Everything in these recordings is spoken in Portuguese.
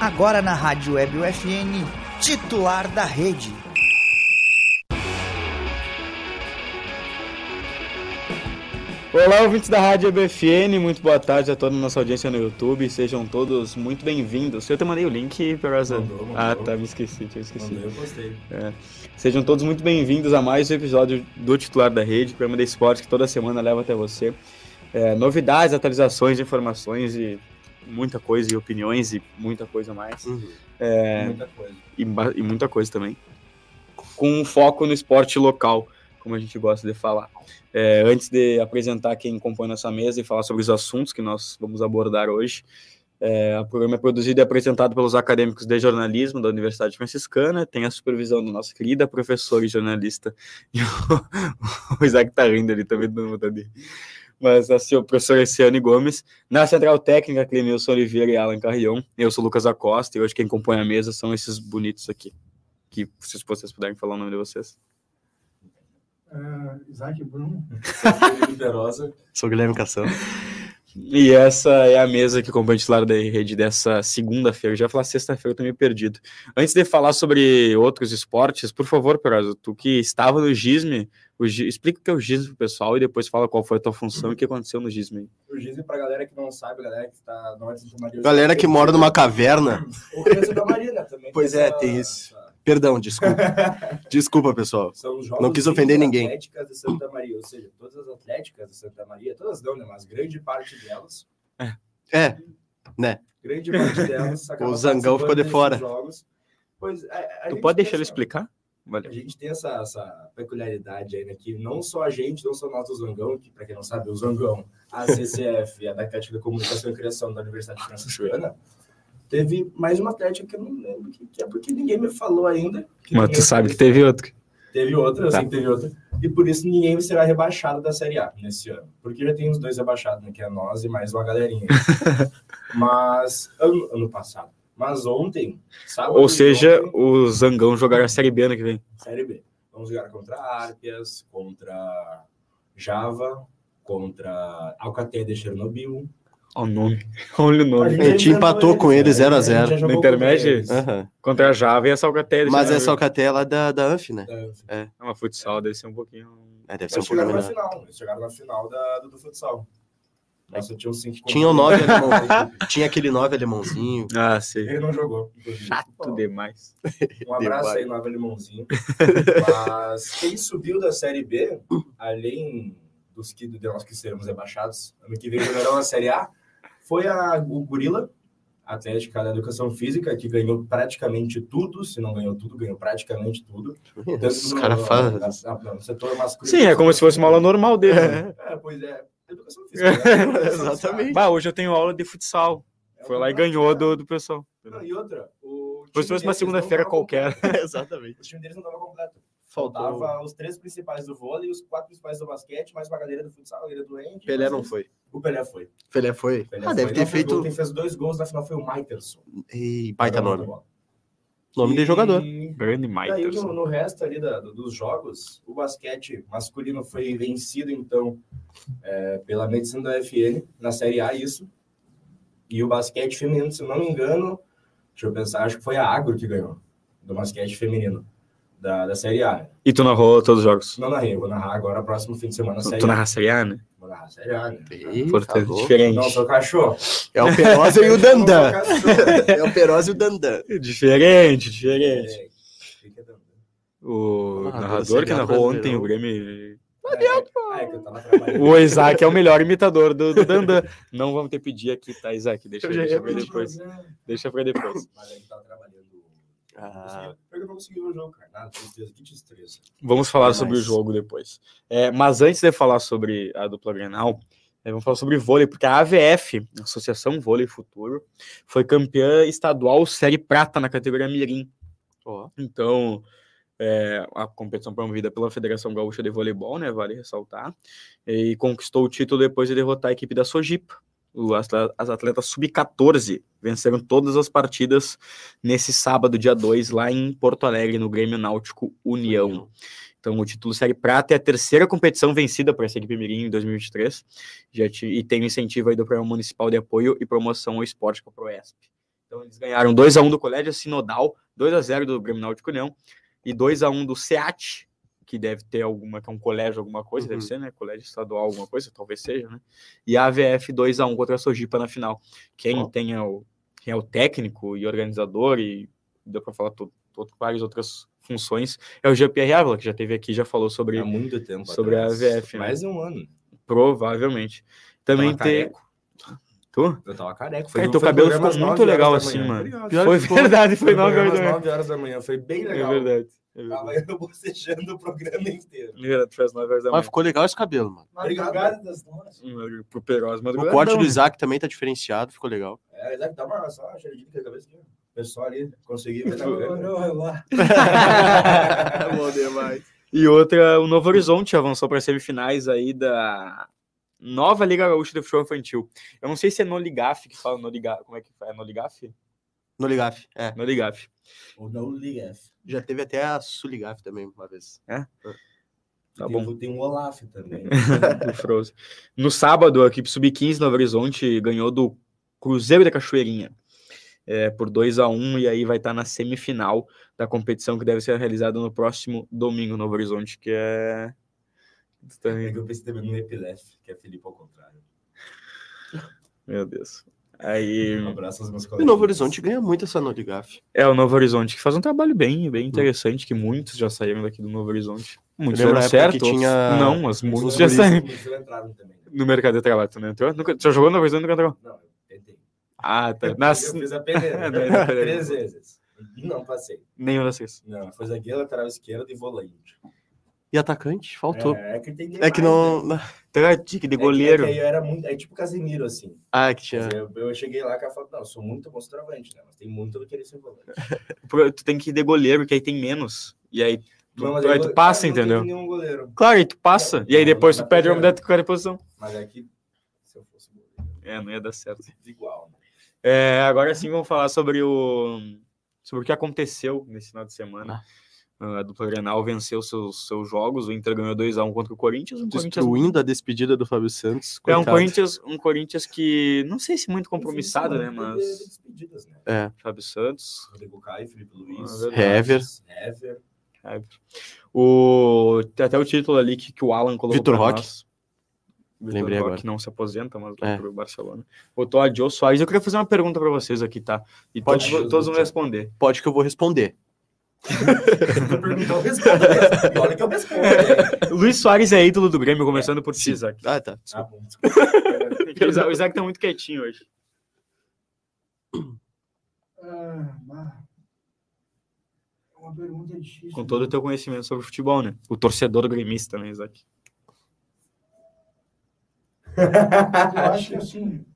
agora na Rádio Web UFN, titular da rede. Olá, ouvintes da Rádio EBFN, muito boa tarde a toda a nossa audiência no YouTube, sejam todos muito bem-vindos. Eu te mandei o link, Perosa. Mandou, mandou. Ah, tá, me esqueci, tinha esquecido. Mandei, eu postei. É. Sejam todos muito bem-vindos a mais um episódio do Titular da Rede, programa de esportes que toda semana leva até você é, novidades, atualizações, informações e muita coisa, e opiniões e muita coisa mais, É. Muita coisa. e, ba- e muita coisa também, com um foco no esporte local, como a gente gosta de falar. É, antes de apresentar quem compõe nossa mesa e falar sobre os assuntos que nós vamos abordar hoje, é, o programa é produzido e apresentado pelos acadêmicos de jornalismo da Universidade Franciscana, tem a supervisão da nossa querida professora e jornalista, e o, o Isaac tá rindo ali, também dando vontade de rir. mas assim, o professor Essiane Gomes, na Central Técnica, Clemilson Oliveira e Alan Carrion, eu sou o Lucas Acosta, e hoje quem compõe a mesa são esses bonitos aqui, que se vocês puderem falar o nome de vocês. Ah, Isaac Bruno. Liberosa. Sou Guilherme Cassano. E essa é a mesa que compõe o titular da rede dessa segunda-feira. Já ia falar sexta-feira, eu tô meio perdido. Antes de falar sobre outros esportes, por favor, Perosa, tu que estava no GISME, o Gi- explica o que é o GISME pro pessoal e depois fala qual foi a tua função e o que aconteceu no GISME. O Gizem, pra galera que não sabe, galera que tá na Ordem de Santa Maria. Galera que mora numa caverna. Ou que é Santa Maria, né, também. Pois é, tem isso. Perdão, desculpa. Desculpa, pessoal. São os jogos Não quis ofender de ninguém. Atléticas de Santa Maria, ou seja, todas as atléticas de Santa Maria, todas não, né, mas grande parte delas, É, grande parte delas acaba O Zangão ficou participando de desses fora. Jogos. Pois, a- a Tu gente pode tem deixar ele essa- explicar? A Valeu. gente tem essa, essa peculiaridade aí, né? Que não só a gente, não só nós do Zangão, que para quem não sabe, o Zangão, a CCF, a da Atlética de Comunicação e Criação da Universidade Franciscana, teve mais uma atlética que eu não lembro o que, que é, porque ninguém me falou ainda. que Mas ninguém tu sabe que teve. teve outro. Teve outra, eu Tá. sei que teve outra. E por isso ninguém será rebaixado da Série A nesse ano. Porque já tem os dois rebaixados, né? Que é nós e mais uma galerinha. Mas, ano, ano passado. Mas ontem, sábado. Ou e seja, ontem- o Zangão jogará a Série B ano que vem. Série B. Vamos jogar contra Arpias, contra Java, contra Alcatel de Chernobyl. Olha o nome. Olha o A nome. A gente já É, empatou enfrentou com eles né? 0 a É. 0. A gente já jogou No contra intermédio? eles. aham. Contra a Java e a Salcatéria. mas essa alcateia é lá da, da ANF, né? É, É uma futsal, deve ser um pouquinho... É, deve ser um Eles pouco chegaram na melhor. final. Eles chegaram na final da, do, do futsal. Nossa, tinha uns 5 Tinha o 9 alemão. Tinha aquele 9 alemãozinho. Ah, É, é sei. Ele não jogou. inclusive. Chato demais. Um abraço Demais. aí, Nova Limãozinho. Mas quem subiu da Série B, além dos que de nós que seremos rebaixados, ano que vem jogarão a Série A, foi a, o Gorila, a Atlética da Educação Física, que ganhou praticamente tudo, se não ganhou tudo, ganhou praticamente tudo. Os um caras fazem. fazem. No setor masculino. Sim, é como se fosse uma aula normal dele. né? É, pois é. Educação Física. né? Exatamente. Bah, hoje eu tenho aula de futsal. É Foi uma lá e prática. ganhou do, do pessoal. Não, e outra, o Como time se fosse uma deles não segunda-feira tava qualquer. Exatamente. completo. O time deles não estava completo. Faltava. Faltava os três principais do vôlei, os quatro principais do basquete, mais uma galera do futsal, uma galera do hand. Pelé mas não eles- foi. O Pelé foi. O Pelé foi? um Pelé ah, foi. deve Ele ter não fez feito. gol, Quem fez dois gols na final foi o Maiterson. Ei, baita Jogador da nome. bola. Nome de E- jogador. Grande E aí, Maiters. no, no resto ali da- do- dos jogos, o basquete masculino foi vencido, então, é, pela medicina da FN, na Série A, isso. E o basquete feminino, se não me engano, deixa eu pensar, acho que foi a Agro que ganhou, do basquete feminino, da, da Série A. E tu narrou todos os jogos. Não narrei, eu vou narrar agora, próximo fim de semana, Tu, Série tu A. narra a Série A, né? Vou narrar Série A, né? Ei, é- tá Importante, louco. diferente. Não, sou cachorro. é o Perosa e o Dandan. Não sou cachorro. É o Perosa e o Dandan. Diferente, diferente. É, fica dando. O Ah, narrador que Série A narrou ontem brasileirão. o Grêmio. É, é que eu tava trabalhando. O Isaac é o melhor imitador do, do Dandan. Não vamos ter pedir aqui, tá, Isaac? Deixa, deixa pra depois. Deixa pra depois. Mas é que tava trabalhando. Ah, Consegui- Eu não consegui ver o jogo, cara. Nada, tristeza, que tristeza. Vamos falar Mas- sobre o jogo depois. É, mas antes de falar sobre a dupla Grenal, é, vamos falar sobre vôlei, porque a AVF, Associação Vôlei Futuro, foi campeã estadual Série Prata na categoria Mirim. ó. Então, é, a competição promovida pela Federação Gaúcha de Voleibol, né, vale ressaltar, e conquistou o título depois de derrotar a equipe da Sojipa. O atle- As atletas sub-14 venceram todas as partidas nesse sábado, dia 2, lá em Porto Alegre, no Grêmio Náutico União. Então, o título Série Prata é a terceira competição vencida por essa equipe Mirim em 2023. Já ti- e tem o incentivo aí do Programa Municipal de Apoio e Promoção ao Esporte, que é o PROESP. Então eles ganharam 2x1 do Colégio Sinodal, 2x0 do Grêmio Náutico União e 2x1 do SEAT, que deve ter alguma, que é um colégio, alguma coisa, Uhum. deve ser, né? Colégio estadual, alguma coisa, talvez seja, né? E a AVF 2x1 contra a Sojipa na final. Quem, tem é o, quem é o técnico e organizador, e deu pra falar to- to- várias outras funções, é o Jean-Pierre Ávila, que já teve aqui, já falou sobre Há muito tempo sobre a atrás. AVF, né? Mais de um ano. Provavelmente. Também Tava tem. Tu? Eu tava careca. Cara, um- teu foi um cabelo programa ficou às muito nove horas legal da assim, manhã. mano. Obrigado. Pior Foi que ficou. verdade, foi Foi um 9 programa horas às da manhã. 9 horas da manhã. Foi bem É legal. verdade. É verdade. Tava eu bocejando o programa inteiro. É verdade, foi às 9 horas da Mas manhã. ficou legal esse cabelo, mano. Obrigado. Madrugada das nove. Hum, Pro Peroz, mas O corte do Isaac também tá diferenciado, ficou legal. É, Isaac, dá uma só uma cheiradinha com a cabeça aqui. ó. O pessoal ali conseguia ver. tá na câmera. Demorou lá. Bom demais. E outra, o Novo Horizonte avançou para semifinais aí da nova Liga Gaúcha de Futebol Infantil. Eu não sei se é no Ligaf que fala no Ligaf. Como é que fala? É no Ligaf? No Ligaf, é. No Ligaf. Ou não liga. Já teve até a Suligaf também, uma vez. Tá tem, bom. o- Tem um Olaf também. do Frozen. No sábado, a equipe Sub-15 Novo Horizonte ganhou do Cruzeiro da Cachoeirinha é, por 2 a 1 e aí vai estar na semifinal da competição que deve ser realizada no próximo domingo no Novo Horizonte, que é. É que eu pensei também no Epilef, que é Felipe ao contrário. Meu Deus. Aí. Um abraço aos meus É. E colegas. Novo Horizonte ganha muito essa No Ligaf. É o Novo Horizonte, que faz um trabalho bem, bem interessante, que muitos já saíram daqui do Novo Horizonte. Muitos deram lembro na época certo, que outros- tinha- não, mas Os muitos já guris- saíram os guris entraram também. né? no mercado de trabalho. Tu não entrou? Nunca... Já jogou no Novo Horizonte e nunca entrou? Não, eu tentei. Ah, É, tá. Eu Nas... fiz a peneira. né? Não, né? não, não. Três vezes. Não passei. Nenhum das três. Não, foi zagueiro, lateral esquerdo e volante. E atacante, faltou. É, é que tem É, que não. Tragic de É que- goleiro. É, que aí eu era muito, é tipo Casemiro, assim. Ah, é que tinha. Eu, eu cheguei lá com a foto, não, eu sou muito bom centroavante, né? Mas tem muito do que ele ser volante. Pro- Tu tem que ir de goleiro, que aí tem menos. E aí, tu, Não, mas aí eu- tu passa, eu não entendeu? tive nenhum goleiro. Claro, aí tu passa. E aí Não, depois não tu dá pra perde o homem jogar. da tua posição. Mas é que se eu fosse goleiro, É, não ia dar certo. igual. Né? É, agora sim vamos falar sobre o sobre o que aconteceu nesse final de semana. Ah, A dupla Grenal venceu seus, seus jogos, o Inter ganhou 2x1 contra o Corinthians. Um Corinthians, Destruindo a despedida do Fábio Santos. é um coitado. Corinthians, um Corinthians que não sei se muito compromissado, Sim, né? sim, teve Mas despedidas, né? É. Fábio Santos. Rodrigo Caio, Felipe Luiz, Ah, verdade. Hever. O, tem até o título ali que, que o Alan colocou. Vitor pra Roque. nós. Vitor Lembrei Roque agora. não se aposenta, mas É. vai pro Barcelona. Botou a Jô Soares. Eu queria fazer uma pergunta pra vocês aqui, tá? E Pode. todos, todos vão responder. Pode que eu vou responder. Se tu perguntar, eu respondo mesmo. E olha que eu respondo. né? Luiz Soares é ídolo do Grêmio, começando por ti, Isaac. Ah, tá. Ah, desculpa. bom. O Isaac- o Isaac tá muito quietinho hoje. Ah, bah. É uma pergunta difícil. né? Com todo o teu conhecimento sobre futebol, né? O torcedor gremista, né, Isaac? Eu acho que assim.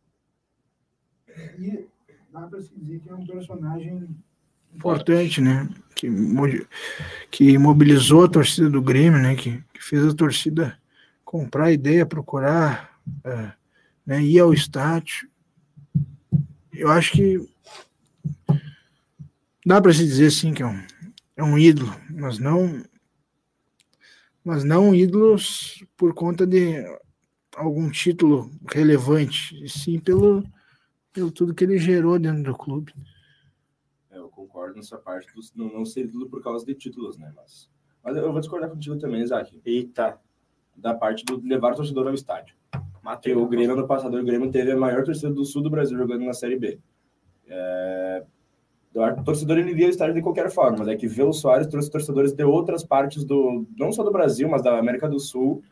e dá pra se dizer que é um personagem importante, né? Que, mo- que mobilizou a torcida do Grêmio, né? Que, que fez a torcida comprar a ideia, procurar, eh, né? ir ao estádio. Eu acho que dá pra se dizer sim que é um, é um ídolo, mas não mas não ídolos por conta de algum título relevante, e sim pelo, pelo tudo que ele gerou dentro do clube. É, Eu concordo nessa parte do não, não ser ídolo por causa de títulos, né? Mas, mas eu vou discordar contigo também, Isaac. Eita. Da parte do levar o torcedor ao estádio. Porque o Grêmio, ano passado, o Grêmio teve a maior torcida do sul do Brasil jogando na Série B. É, o torcedor ele via o estádio de qualquer forma, mas é que ver o Soares trouxe torcedores de outras partes do. não só do Brasil, mas da América do Sul.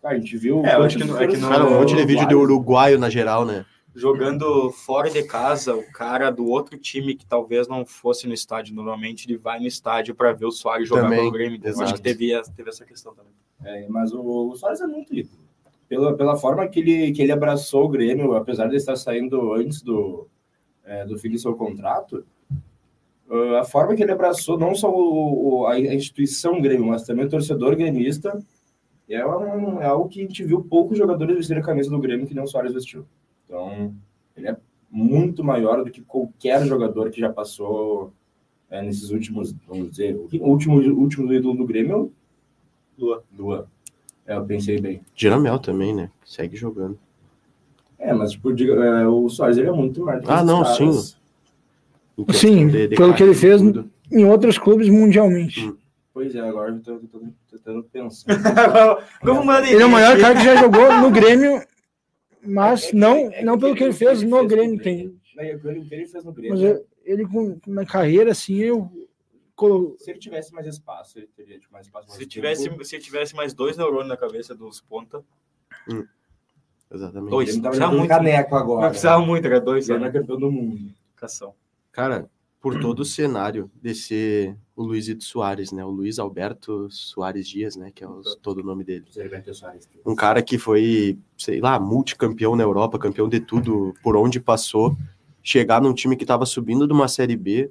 Cara, a gente viu. É, eu acho que quantos não- é que não- Cara, um monte de vídeo de uruguaios- uruguaio na geral, né? Jogando fora de casa, o cara do outro time que talvez não fosse no estádio normalmente, ele vai no estádio pra ver o Soares jogar Também, pelo Grêmio. Então, acho exato. que teve, essa- teve essa questão também. É, mas o, o Soares é muito ídolo. Pela, pela forma que ele, que ele abraçou o Grêmio, apesar de estar saindo antes do, é, do fim do seu contrato, ah, a forma que ele abraçou não só o, o- a instituição Grêmio, mas também o torcedor gremista, é, um, é algo que a gente viu poucos jogadores vestirem a camisa do Grêmio que nem o Soares vestiu. Então, ele é muito maior do que qualquer jogador que já passou é, nesses últimos, vamos dizer, o último, último ídolo do Grêmio é o Lua. Lua. É, eu pensei bem. Giramel também, né? Segue jogando. É, mas tipo, diga- é, o Soares ele é muito mais. do que Ah, esses não, caras. sim. Lucas, Sim, de, de pelo que ele fez né? tudo. em outros clubes mundialmente. Hum. Pois é, agora eu tô, tô, tô tentando pensar. Como ele é o maior cara que já jogou no Grêmio, mas é, não, é, não é, pelo que ele fez no Grêmio. Tem... Ele fez no né? Grêmio. Mas eu, ele, com, na carreira, assim, eu se ele tivesse mais espaço, ele teria tipo, mais espaço. Mais se, tivesse, tempo. se tivesse mais dois neurônios na cabeça dos ponta. Hum. Exatamente. Dois. Ele precisava muito. Caneco agora. Não precisava muito, era dois. é Ele era campeão do mundo. Cação. Cara, por todo o cenário desse o Luizito Soares, né? O Luiz Alberto Soares Dias, né? Que é o, todo o nome dele. Um cara que foi, sei lá, multicampeão na Europa, campeão de tudo, por onde passou. Chegar num time que estava subindo de uma Série B,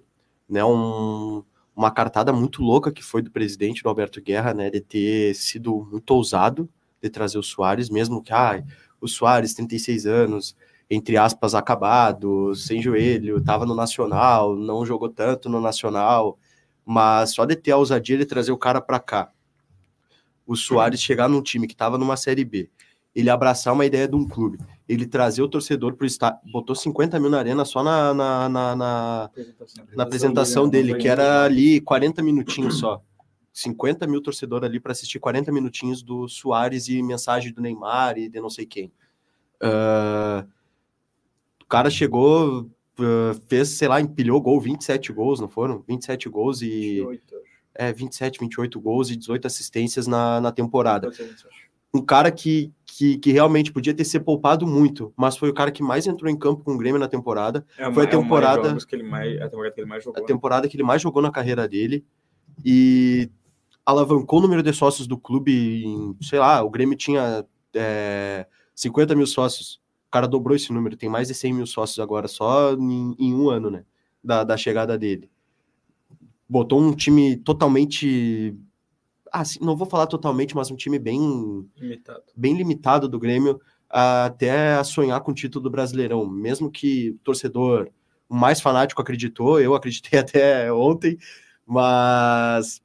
né? Um, uma cartada muito louca que foi do presidente do Alberto Guerra, né, de ter sido muito ousado de trazer o Soares, mesmo que ah, o Soares, 36 anos, entre aspas, acabado, sem joelho, estava no Nacional, não jogou tanto no Nacional, mas só de ter a ousadia de trazer o cara para cá. O Soares chegar num time que estava numa Série B, ele abraçar uma ideia de um clube, ele trazer o torcedor para o estádio, botou 50 mil na arena só na, na, na, na, apresentação, na apresentação dele, dele que era ali 40 minutinhos só. 50 mil torcedores ali para assistir 40 minutinhos do Soares e mensagem do Neymar e de não sei quem. Uh, o cara chegou, uh, fez, sei lá, empilhou gol, 27 gols, não foram? 27 gols e. 28. É, 27, 28 gols e 18 assistências na, na temporada. 28, um cara que, que, que, realmente podia ter se poupado muito, mas foi o cara que mais entrou em campo com o Grêmio na temporada. É, foi a temporada, um que ele mais, é a temporada que ele mais jogou. A temporada que ele mais jogou na carreira dele e alavancou o número de sócios do clube em, sei lá, o Grêmio tinha é, 50 mil sócios. O cara dobrou esse número, tem mais de 100 mil sócios agora, só em, em um ano, né? Da, da chegada dele. Botou um time totalmente assim, ah, não vou falar totalmente, mas um time bem limitado, bem limitado do Grêmio até a sonhar com o título do Brasileirão, mesmo que o torcedor mais fanático acreditou, eu acreditei até ontem, mas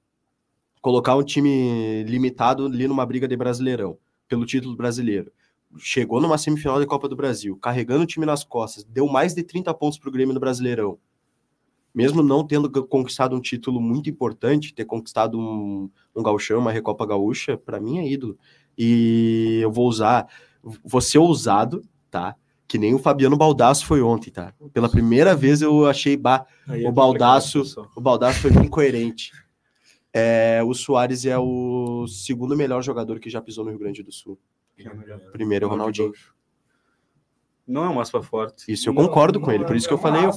colocar um time limitado ali numa briga de Brasileirão, pelo título brasileiro. Chegou numa semifinal da Copa do Brasil, carregando o time nas costas, deu mais de 30 pontos para o Grêmio no Brasileirão. Mesmo não tendo conquistado um título muito importante, ter conquistado um, um gauchão, uma Recopa Gaúcha, para mim é ídolo. E eu vou usar, vou ser ousado, tá? Que nem o Fabiano Baldasso foi ontem, tá? Pela primeira vez eu achei bah, é Aí é o Baldasso, o Baldasso foi bem coerente. É, o Soares é o segundo melhor jogador que já pisou no Rio Grande do Sul. Primeiro é o Ronaldinho. Não é um aspa forte. Isso eu concordo não, com não ele, por isso que eu falei, eu,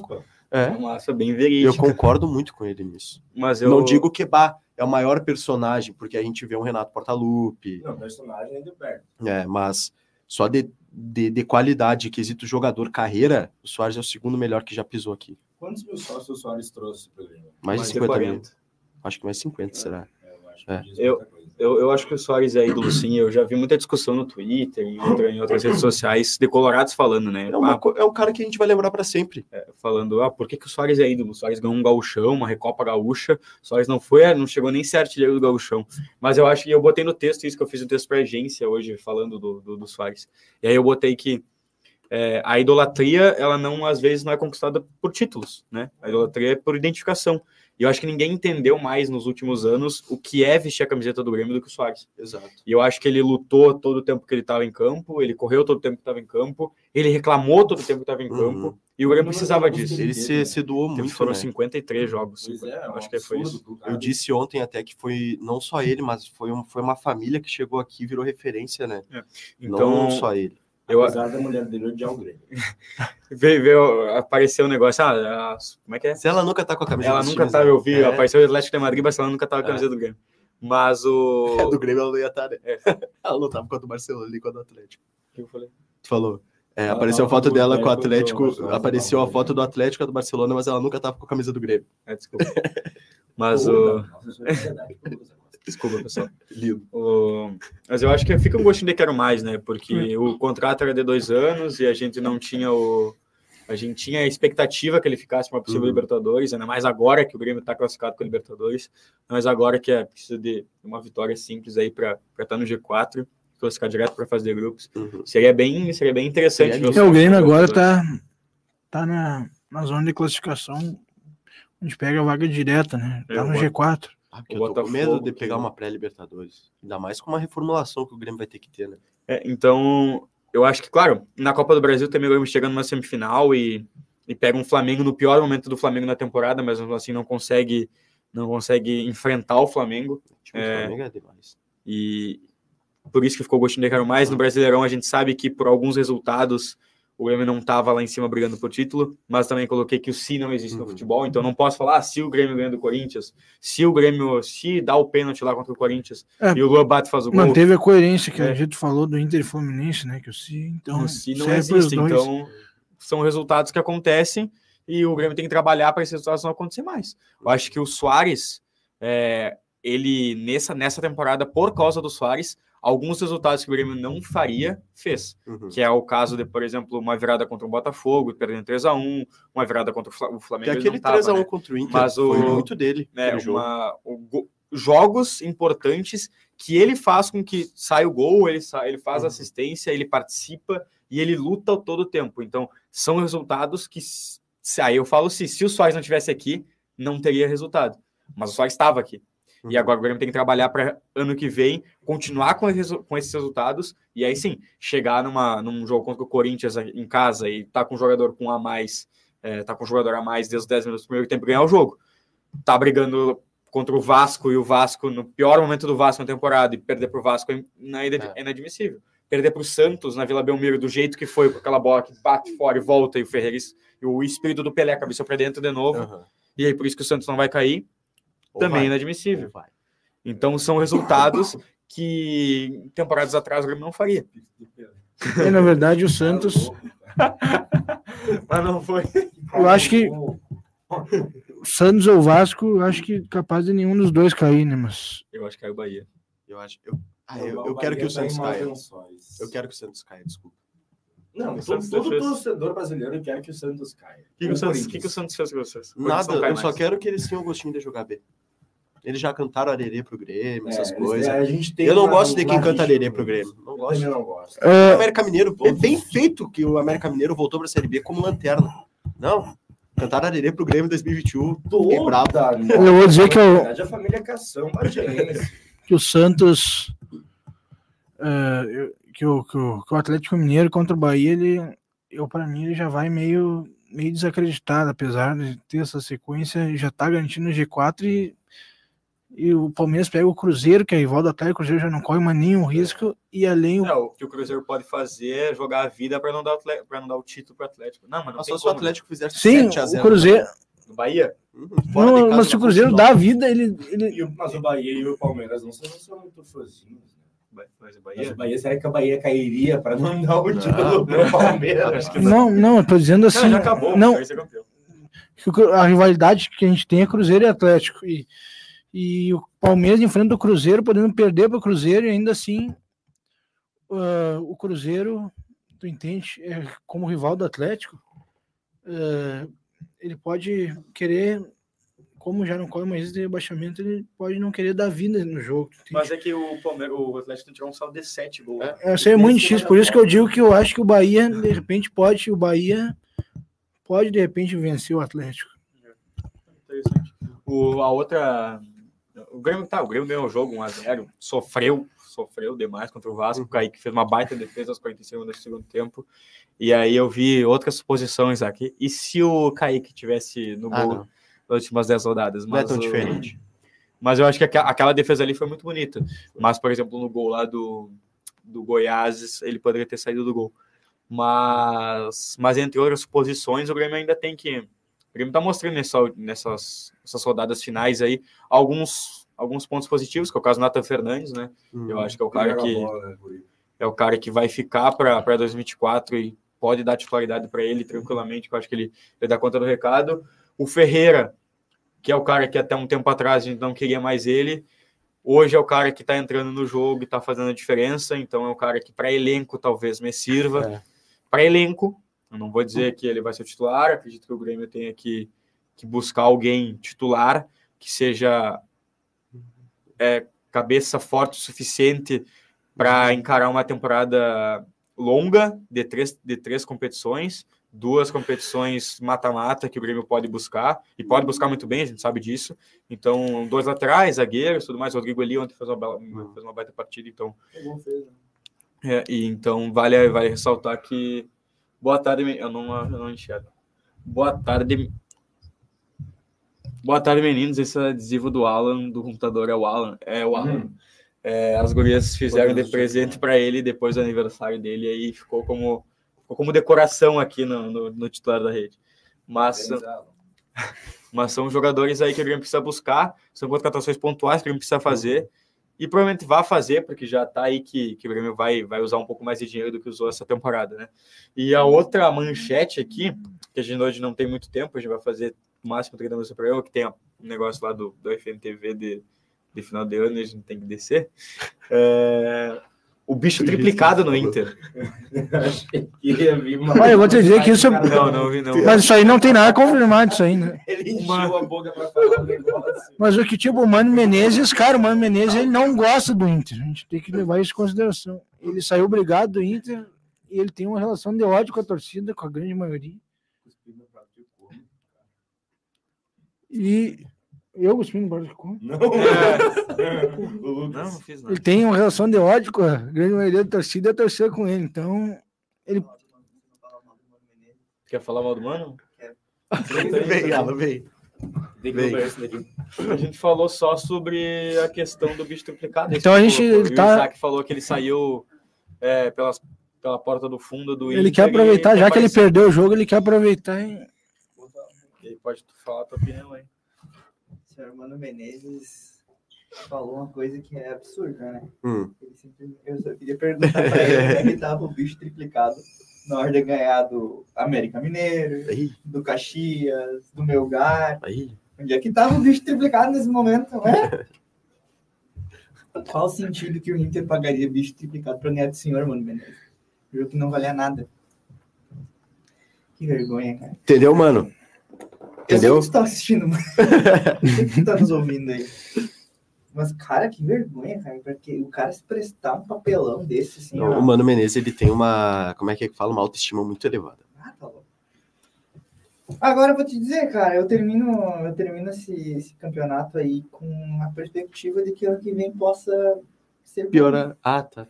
é, uma aspa bem verídica. Eu concordo muito com ele nisso. Mas eu não digo que bah, é o maior personagem, porque a gente vê um Renato Portaluppi. Não, personagem ainda perto. É, mas só de, de, de qualidade, quesito jogador, carreira, o Soares é o segundo melhor que já pisou aqui. Quantos mil sócios o Soares trouxe pro Grêmio? Mais, mais de 50 mil. Acho que mais 50, é, será? É, eu, acho é. eu, eu, eu, acho que o Soares é ídolo, sim. Eu já vi muita discussão no Twitter, em, outra, em outras redes sociais, de colorados falando, né? É, uma, ah, é o cara que a gente vai lembrar para sempre. É, falando, ah, por que, que o Soares é ídolo? O Soares ganhou um gauchão, uma recopa gaúcha. O Soares não foi, não chegou nem ser artilheiro do gauchão. Mas eu acho que eu botei no texto isso que eu fiz o um texto para agência hoje, falando do, do, do, Soares. E aí eu botei que é, a idolatria, ela não, às vezes, não é conquistada por títulos, né? A idolatria é por identificação. E eu acho que ninguém entendeu mais nos últimos anos o que é vestir a camiseta do Grêmio do que o Soares. Exato. E eu acho que ele lutou todo o tempo que ele estava em campo, ele correu todo o tempo que estava em campo, ele reclamou todo o tempo que É estava em campo, uhum. e o Grêmio precisava disso. um Ele se, se doou muito. Foram né? 53 jogos. Pois 50, é, acho que foi isso. Eu disse ontem até que foi não só ele, mas foi, um, foi uma família que chegou aqui e virou referência, né? É. Então, não só ele. Eu... Apesar da mulher dele odiar o Grêmio. veio, veio, apareceu um negócio. Ah, como é que é? Se ela nunca tá com a camisa Ela nunca tá, né? eu vi. É. Apareceu o Atlético de Madrid, mas ela nunca tava com a camisa é. do Grêmio. Mas o. É, do Grêmio ela não ia estar, né? Ela não tava contra o Barcelona ali contra o Atlético. O que eu falei? Tu falou. Ah, apareceu não, a foto dela com o Atlético. Não, não, apareceu a foto do Atlético e do Barcelona, mas ela nunca tava com a camisa do Grêmio. É, desculpa. mas o. Desculpa, pessoal. O... Mas eu acho que fica um gostinho de quero mais, né? Porque o contrato era de dois anos e a gente não tinha o. A gente tinha a expectativa que ele ficasse uma possível uhum. Libertadores, ainda mais agora que o Grêmio está classificado para Libertadores, mas agora que é precisa de uma vitória simples aí para estar no G4, classificar direto para fazer grupos. Uhum. Seria bem, seria É, bem interessante. tá Seria o Grêmio agora está tá na, na zona de classificação A gente pega a vaga direta, né? É, Tá no G4. Ah, porque eu tô com medo de pegar uma pré-Libertadores. Ainda mais com uma reformulação que o Grêmio vai ter que ter, né? É, então, eu acho que, claro, na Copa do Brasil também o Grêmio chega numa semifinal e, e pega um Flamengo no pior momento do Flamengo na temporada, mas assim não consegue não consegue enfrentar o Flamengo. O time do É. Flamengo é demais. E por isso que ficou gostinho de quero mais. No Brasileirão, a gente sabe que por alguns resultados o Grêmio não estava lá em cima brigando por título, mas também coloquei que o se não existe no Uhum. futebol, então não posso falar ah, se o Grêmio ganha do Corinthians, se o Grêmio se dá o pênalti lá contra o Corinthians É, e o Lua bate e faz o gol. Manteve a coerência que É. a gente falou do Inter e Fluminense, né? Que o se então O se não serve pros existe, dois. então são resultados que acontecem e o Grêmio tem que trabalhar para esses resultados não acontecer mais. Eu acho que o Soares, é, ele nessa, nessa temporada, por causa do Soares, alguns resultados que o Grêmio não faria, fez. Uhum. que é o caso de, por exemplo, uma virada contra o Botafogo, perdendo 3 a 1 uma virada contra o Fla- o Porque Flamengo. ele é aquele não tava, 3x1 né? contra o Inter Mas o- foi muito dele. Né, aquele jogo. uma- o go- jogos importantes que ele faz com que saia o gol, ele, sa- ele faz Uhum. assistência, ele participa e ele luta todo o tempo. Então, são resultados que. s- se- Aí eu falo assim: se o Soares não tivesse aqui, não teria resultado. Mas o Soares estava aqui. E Uhum. agora o Grêmio tem que trabalhar para ano que vem continuar com, esse- com esses resultados e aí sim chegar numa, num jogo contra o Corinthians em casa e tá com um jogador com um a mais, é, tá com um jogador a mais desde os 10 minutos do primeiro tempo e ganhar o jogo. Tá brigando contra o Vasco e o Vasco no pior momento do Vasco na temporada e perder pro Vasco é, ina- é inadmissível. Perder pro Santos na Vila Belmiro do jeito que foi, com aquela bola que bate fora e volta e o Ferreira es- e o espírito do Pelé cabeçou para dentro de novo. Aham. E aí por isso que o Santos não vai cair, Ou também é vai, inadmissível. ou vai. Então são resultados que temporadas atrás o Grêmio não faria. E, É, na verdade, o Santos, Mas não foi. eu acho que o Santos ou o Vasco, eu acho que capaz de nenhum dos dois cair, né? Mas Eu acho que caiu o Bahia. Eu acho. Eu, ah, eu, eu quero que o tá Santos caia. Eu quero que o Santos caia, desculpa. Não, O todo, Santos todo fez- torcedor brasileiro quer que o Santos caia. O que, que o Santos, o que que o Corinthians. Santos fez com vocês? O Corinthians Nada, não cai eu só mais. quero que eles tenham o gostinho de jogar B. Eles já cantaram arerê pro Grêmio, essas É, coisas. a gente tem Eu não uma- gosto de uma quem canta rixa arerê com pro Grêmio. isso. Não Eu gosto. também não gosto. O é, América Mineiro, é bem feito que o América Mineiro voltou pra Série B como lanterna. Não, cantaram arerê pro Grêmio em 2021. Fiquei bravo. eu vou dizer que eu, Na verdade, a É família Cação Bagiense. que o Santos é, eu- que, o, que, o, que o Atlético Mineiro contra o Bahia, ele eu para mim ele já vai meio meio desacreditado, apesar de ter essa sequência, já tá garantindo o G4 e, e o Palmeiras pega o Cruzeiro, que é rival do Atlético, o Cruzeiro já não corre mais nenhum risco e além o É, o que o Cruzeiro pode fazer é jogar a vida para não dar para não dar o título para Atlético. Não, mas não Mas tem só se o como, né? Atlético fizer Sim, 7 a 0 o Cruzeiro, No Bahia. Uhum, fora de não, casa, mas se o na Cruzeiro Fonte dá a vida, ele, ele E o- Mas o Bahia e o Palmeiras não são, não são muito fãzinhos. né? Ba- Mas o Mas o Bahia. Bahia, será que a Bahia cairia para não dar o Não. Ah, título pro Palmeiras? Acho que não, não, eu tô dizendo Cara, assim, já acabou. não, vai ser campeão. que o Cru- a rivalidade que a gente tem é Cruzeiro e Atlético. E, e o Palmeiras enfrenta o Cruzeiro, podendo perder para o Cruzeiro, e ainda assim ah, o Cruzeiro, tu entende, é, como rival do Atlético, ah, ele pode querer, como já não corre mais de rebaixamento, ele pode não querer dar vida no jogo. tu entende? Mas é que o, Palmeiras, o Atlético tem que tirar um saldo de 7 gols. É. né? Eu sei, é muito difícil, por isso que eu digo que eu acho que o Bahia, de repente, pode, o Bahia pode, de repente, vencer o Atlético. Interessante. O, a outra. O Grêmio tá, o Grêmio ganhou o jogo 1x0, sofreu, sofreu demais contra o Vasco. O Kaique fez uma baita defesa aos 45 do segundo tempo. E aí eu vi outras suposições aqui. E se o Kaique tivesse no Sul. Ah, gol não. nas últimas 10 rodadas? Não é tão o- diferente. Mas eu acho que aqua- aquela defesa ali foi muito bonita. Mas, por exemplo, no gol lá do, do Goiás, ele poderia ter saído do gol. Mas, mas entre outras suposições, o Grêmio ainda tem que. O Grêmio tá mostrando nessa, nessas, nessas rodadas finais aí alguns, alguns pontos positivos, que é o caso do Nathan Fernandes, né? Eu acho que é o cara que né, é o cara que vai ficar para 2024 e pode dar titularidade para ele tranquilamente, que eu acho que ele, ele dá conta do recado. O Ferreira, que é o cara que até um tempo atrás a gente não queria mais ele, hoje é o cara que está entrando no jogo e está fazendo a diferença, então é um cara que para elenco talvez me sirva. É. Para elenco, eu não vou dizer que ele vai ser o titular, acredito que o Grêmio tenha que, que buscar alguém titular que seja é, cabeça forte o suficiente para encarar uma temporada longa de três, de três competições, duas competições mata-mata que o Grêmio pode buscar, e pode buscar muito bem, a gente sabe disso. Então, dois atrás, zagueiros, tudo mais. O Rodrigo Eli ontem fez uma, bela- fez uma baita partida, então né? é, e então vale, vale ressaltar que. Boa tarde, me- eu não, eu não enxergo. Boa tarde. Boa tarde, meninos. Esse adesivo do Alan, do computador, é o Alan. É o Alan. É, as gurias fizeram de Podemos presente para ele depois do aniversário dele, e aí ficou como, ficou como decoração aqui no, no, no titular da rede. Mas, mas são jogadores aí que o Grêmio precisa buscar, são contratações pontuais que o Grêmio precisa fazer, e provavelmente vai fazer, porque já tá aí que, que o Grêmio vai, vai usar um pouco mais de dinheiro do que usou essa temporada, né? E a outra manchete aqui, que a gente hoje não tem muito tempo, a gente vai fazer o máximo 30 minutos para eu, que tem a- um negócio lá do, do FMTV de, de final de ano, e a gente tem que descer. É, o bicho triplicado no Inter. Olha, Olha, eu vou te dizer que isso- é Não, não vi não. Mas isso aí não tem nada confirmado, isso aí, né? Ele encheu a boca pra falar o negócio. Mas o que, tipo, o Mano Menezes, cara, o Mano Menezes, ele não gosta do Inter. A gente tem que levar isso em consideração. Ele saiu obrigado do Inter e ele tem uma relação de ódio com a torcida, com a grande maioria. E eu, Guspino Barco, Não. O Não, Lucas. não fiz nada. ele tem uma relação de ódio com a grande maioria da torcida e a torcida com ele. Então, Quer falar mal do Mano? Vem, Alan, né? vem. Tem que Vem. comprar esse daqui. A gente falou só sobre a questão do bicho triplicado. Então a gente colocou. E tá- O Isaac falou que ele saiu é, pelas, pela porta do fundo do ele Inter quer e tá aproveitar, já que ele apareceu. perdeu o jogo, ele quer aproveitar. Hein? Ele pode falar a tua opinião aí. O senhor Mano Menezes falou uma coisa que é absurda, né? Hum. Ele simplesmente- Eu só queria perguntar pra ele como é que tava o bicho triplicado na hora de ganhar do América Mineiro, Aí, do Caxias, do Melgar. aí. Onde é que tava o bicho triplicado nesse momento, não é? Qual o sentido que o Inter pagaria bicho triplicado pra ganhar do senhor, Mano Menezes? Um Jogo que não valia nada. Que vergonha, cara. Entendeu, mano? Eu sei Entendeu? que tu tá assistindo, mano. Eu sei que tu tá nos ouvindo aí. Mas, cara, que vergonha, cara. Porque o cara se prestar um papelão desse, assim, O ó. Mano Menezes, ele tem uma, como é que é que fala? Uma autoestima muito elevada. Ah, tá louco. Agora eu vou te dizer, cara, eu termino, eu termino esse, esse campeonato aí com a perspectiva de que ano que vem possa ser bom. Piora. Ah, tá.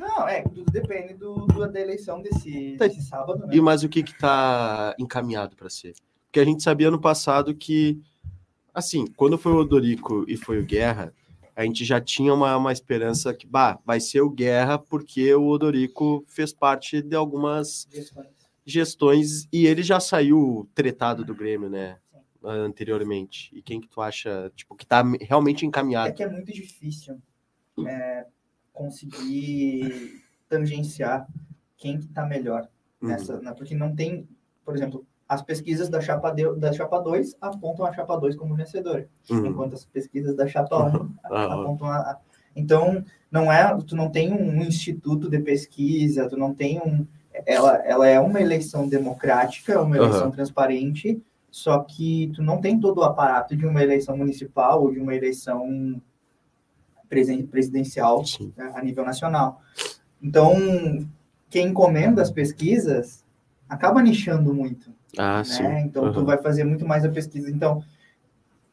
Não, é, tudo depende do, do- da eleição desse, Tá. desse sábado, né? E mas o que que tá encaminhado para ser? Porque a gente sabia ano passado que, assim, quando foi o Odorico e foi o Guerra, a gente já tinha uma, uma esperança que, bah, vai ser o Guerra porque o Odorico fez parte de algumas gestões e ele já saiu tretado do Grêmio, né? Ah, Sim. Anteriormente. E quem que tu acha, tipo, que tá realmente É encaminhado? que é muito difícil é, conseguir tangenciar quem que tá melhor. Uhum. nessa, né, porque não tem, por exemplo, as pesquisas da chapa, de, da chapa 2 apontam a chapa 2 como vencedora, Uhum, uhum. enquanto as pesquisas da chapa 1 Ah, ó. apontam a, a- Tá Então, não é, tu não tem um instituto de pesquisa, tu não tem um ela, ela é uma eleição democrática, é uma eleição Aham. transparente, só que tu não tem todo o aparato de uma eleição municipal ou de uma eleição presen- presidencial Sim. né, a nível nacional. Então, quem encomenda as pesquisas acaba nichando muito, Ah, né? sim. Então, tu Aham. vai fazer muito mais a pesquisa. Então,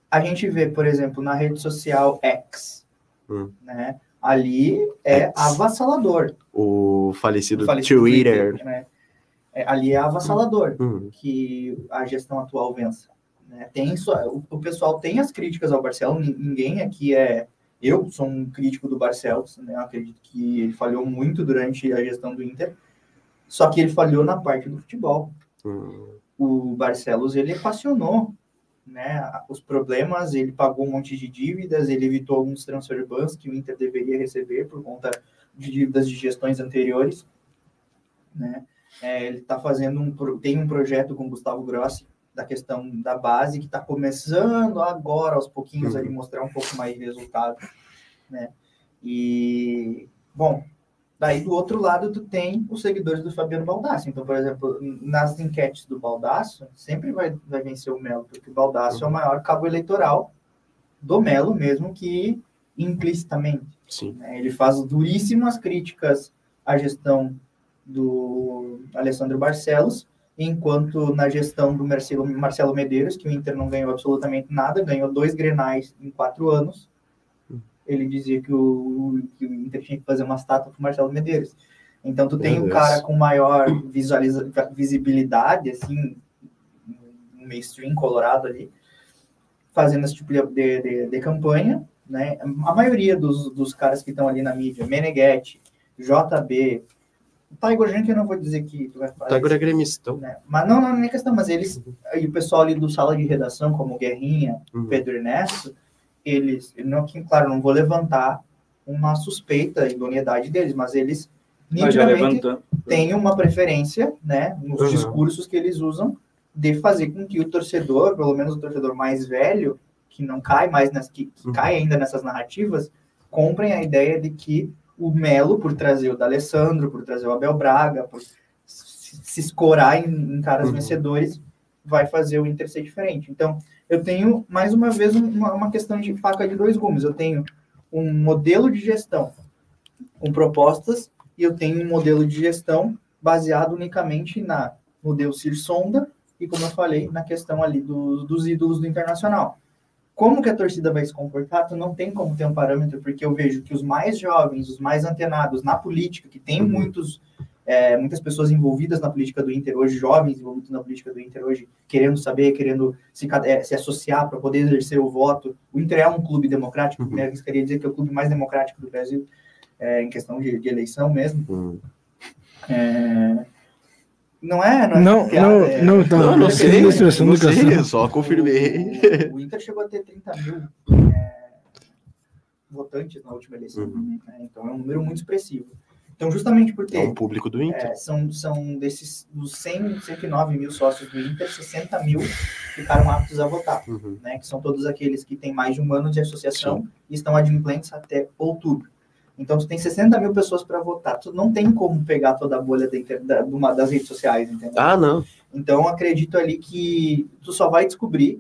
a gente vê, por exemplo, na rede social X, Hum. né? Ali é X. avassalador. O Eu falecido, falei isso no Twitter. né? É, ali é avassalador Uhum. que a gestão atual vença. né? Tem sua- o, o pessoal tem as críticas ao Barcelos, nin- ninguém aqui é. Eu sou um crítico do Barcelos, né? Eu acredito que ele falhou muito durante a gestão do Inter, só que ele falhou na parte do futebol. Hum, O Barcelos ele equacionou né, a- os problemas, ele pagou um monte de dívidas, ele evitou alguns transfer bans que o Inter deveria receber por conta de dívidas de gestões anteriores, né? É, ele está fazendo um pro- tem um projeto com o Gustavo Grossi da questão da base que está começando agora aos pouquinhos Uhum. ali mostrar um pouco mais de resultado, né? E bom, daí do outro lado tu tem os seguidores do Fabiano Baldasso. Então, por exemplo, n- nas enquetes do Baldasso sempre vai, vai vencer o Melo porque o Baldasso é o maior cabo eleitoral do Melo mesmo que implicitamente sim. né? Ele faz duríssimas críticas à gestão do Alessandro Barcelos, enquanto na gestão do Marcelo, Marcelo Medeiros, que o Inter não ganhou absolutamente nada, ganhou dois grenais em quatro anos. Hum. Ele dizia que o, que o Inter tinha que fazer uma estátua para o Marcelo Medeiros. Então, tu Meu tem o Deus. cara com maior visualiza, visibilidade, assim, no mainstream colorado ali, fazendo esse tipo de, de, de- de campanha, né? A maioria dos, dos caras que estão ali na mídia, Meneghetti, JB, o Tiger Junk, eu não vou dizer que tu vai fazer. Tagore é gremistão. né? Mas não, não, não é questão, mas eles, e o pessoal ali do sala de redação, como Guerrinha, Uhum. Pedro Ernesto, eles, não, que, claro, não vou levantar uma suspeita, idoneidade deles, mas eles Mas já nitidamente levantando. têm uma preferência, né, nos Uhum. discursos que eles usam, de fazer com que o torcedor, pelo menos o torcedor mais velho, que não cai mais, nas, que, que Uhum. cai ainda nessas narrativas, comprem a ideia de que o Melo, por trazer o D'Alessandro, por trazer o Abel Braga, por se se escorar em, em caras Uhum. vencedores, vai fazer o Inter ser diferente. Então, eu tenho, mais uma vez, um- uma, uma questão de faca de dois gumes. Eu tenho um modelo de gestão com propostas e eu tenho um modelo de gestão baseado unicamente na no Delcir Sonda e, como eu falei, na questão ali do- dos ídolos do Internacional. Como que a torcida vai se comportar? Tu não tem como ter um parâmetro, porque eu vejo que os mais jovens, os mais antenados na política, que tem Uhum. muitos é, muitas pessoas envolvidas na política do Inter hoje, jovens envolvidos na política do Inter hoje, querendo saber, querendo se, cade- eh, se associar para poder exercer o voto. O Inter é um clube democrático, Uhum. né? Eu queria dizer que é o clube mais democrático do Brasil, é, em questão de, de eleição mesmo. Hum. É, Não é? Não, é Não, piada, não, é- não, tá. Ah, Não, não sei. Tem ilustração Não do Cassano. sei, só confirmei. O, o Inter chegou a ter 30 mil é, votantes na última eleição. Uhum. né? Então é um número muito expressivo. Então, justamente por ter É um público do Inter. É, são, são desses dos 100, 109 mil sócios do Inter, 60 mil ficaram aptos a votar, Uhum. né? Que são todos aqueles que têm mais de um ano de associação e estão adimplentes até outubro. Então, tu tem 60 mil pessoas para votar. Tu não tem como pegar toda a bolha da inter- da- de uma- das redes sociais, entendeu? Ah, não. Então, eu acredito ali que tu só vai descobrir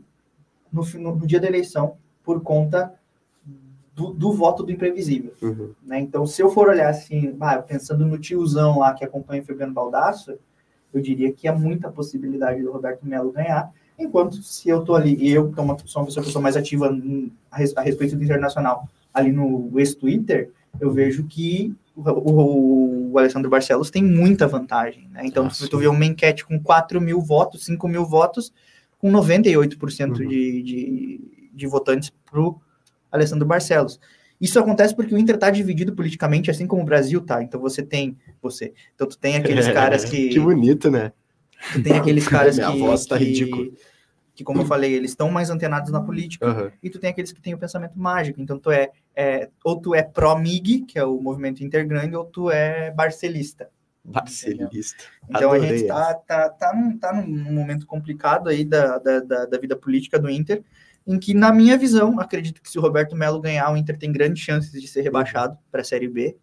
no, fi- no- no dia da eleição por conta do- do voto do imprevisível Uhum. né? Então, se eu for olhar assim, ah, pensando no tiozão lá que acompanha o Fabiano Baldasso, eu diria que há muita possibilidade do Roberto Melo ganhar, enquanto se eu tô ali, e eu que sou uma sou uma pessoa, pessoa mais ativa em- a, res- a respeito do internacional, ali no ex-Twitter, eu vejo que o, o- o Alessandro Barcelos tem muita vantagem, né? Então, Ah, se sim. tu vê uma enquete com 4 mil votos, 5 mil votos, com 98% Uhum. de, de, de votantes pro Alessandro Barcelos. Isso acontece porque o Inter tá dividido politicamente, assim como o Brasil tá. Então você tem você, então tu tem aqueles caras que, Que bonito, né? tu tem aqueles caras Minha que, voz tá que- ridícula. que, como eu falei, eles estão mais antenados na política Aham. e tu tem aqueles que têm o pensamento mágico. Então tu é, é ou tu é pró MIG, que é o movimento intergrande, ou tu é barcelista. Marcelista. Então a Adorei gente tá, tá, tá, num, tá num momento complicado aí da, da, da, da vida política do Inter, em que, na minha visão, acredito que se o Roberto Melo ganhar, o Inter tem grandes chances de ser rebaixado para a Série B,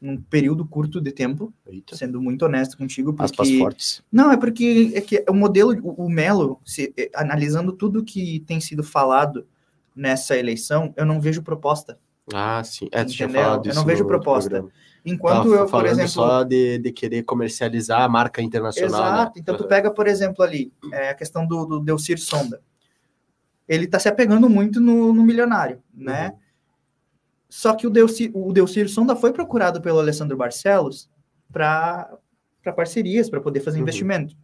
num período curto de tempo, Eita. sendo muito honesto contigo, Tá. Aspas porque... fortes. Não, é porque é que o modelo, o, o Melo, se, eh, analisando tudo que tem sido falado nessa eleição, eu não vejo proposta. Ah, sim. É, tu tinha Entendeu? falado Eu isso não no vejo outro proposta. programa. Enquanto Tava eu, por Tá falando exemplo... só de, de querer comercializar a marca internacional. Exato. né? Então, tu Aham. pega, por exemplo, ali, é, a questão do, do Delcir Sonda. Ele tá se apegando muito no, no milionário, né? Uhum. Só que o Delcir, o Delcir Sonda foi procurado pelo Alessandro Barcelos para parcerias, para poder fazer Uhum. investimento.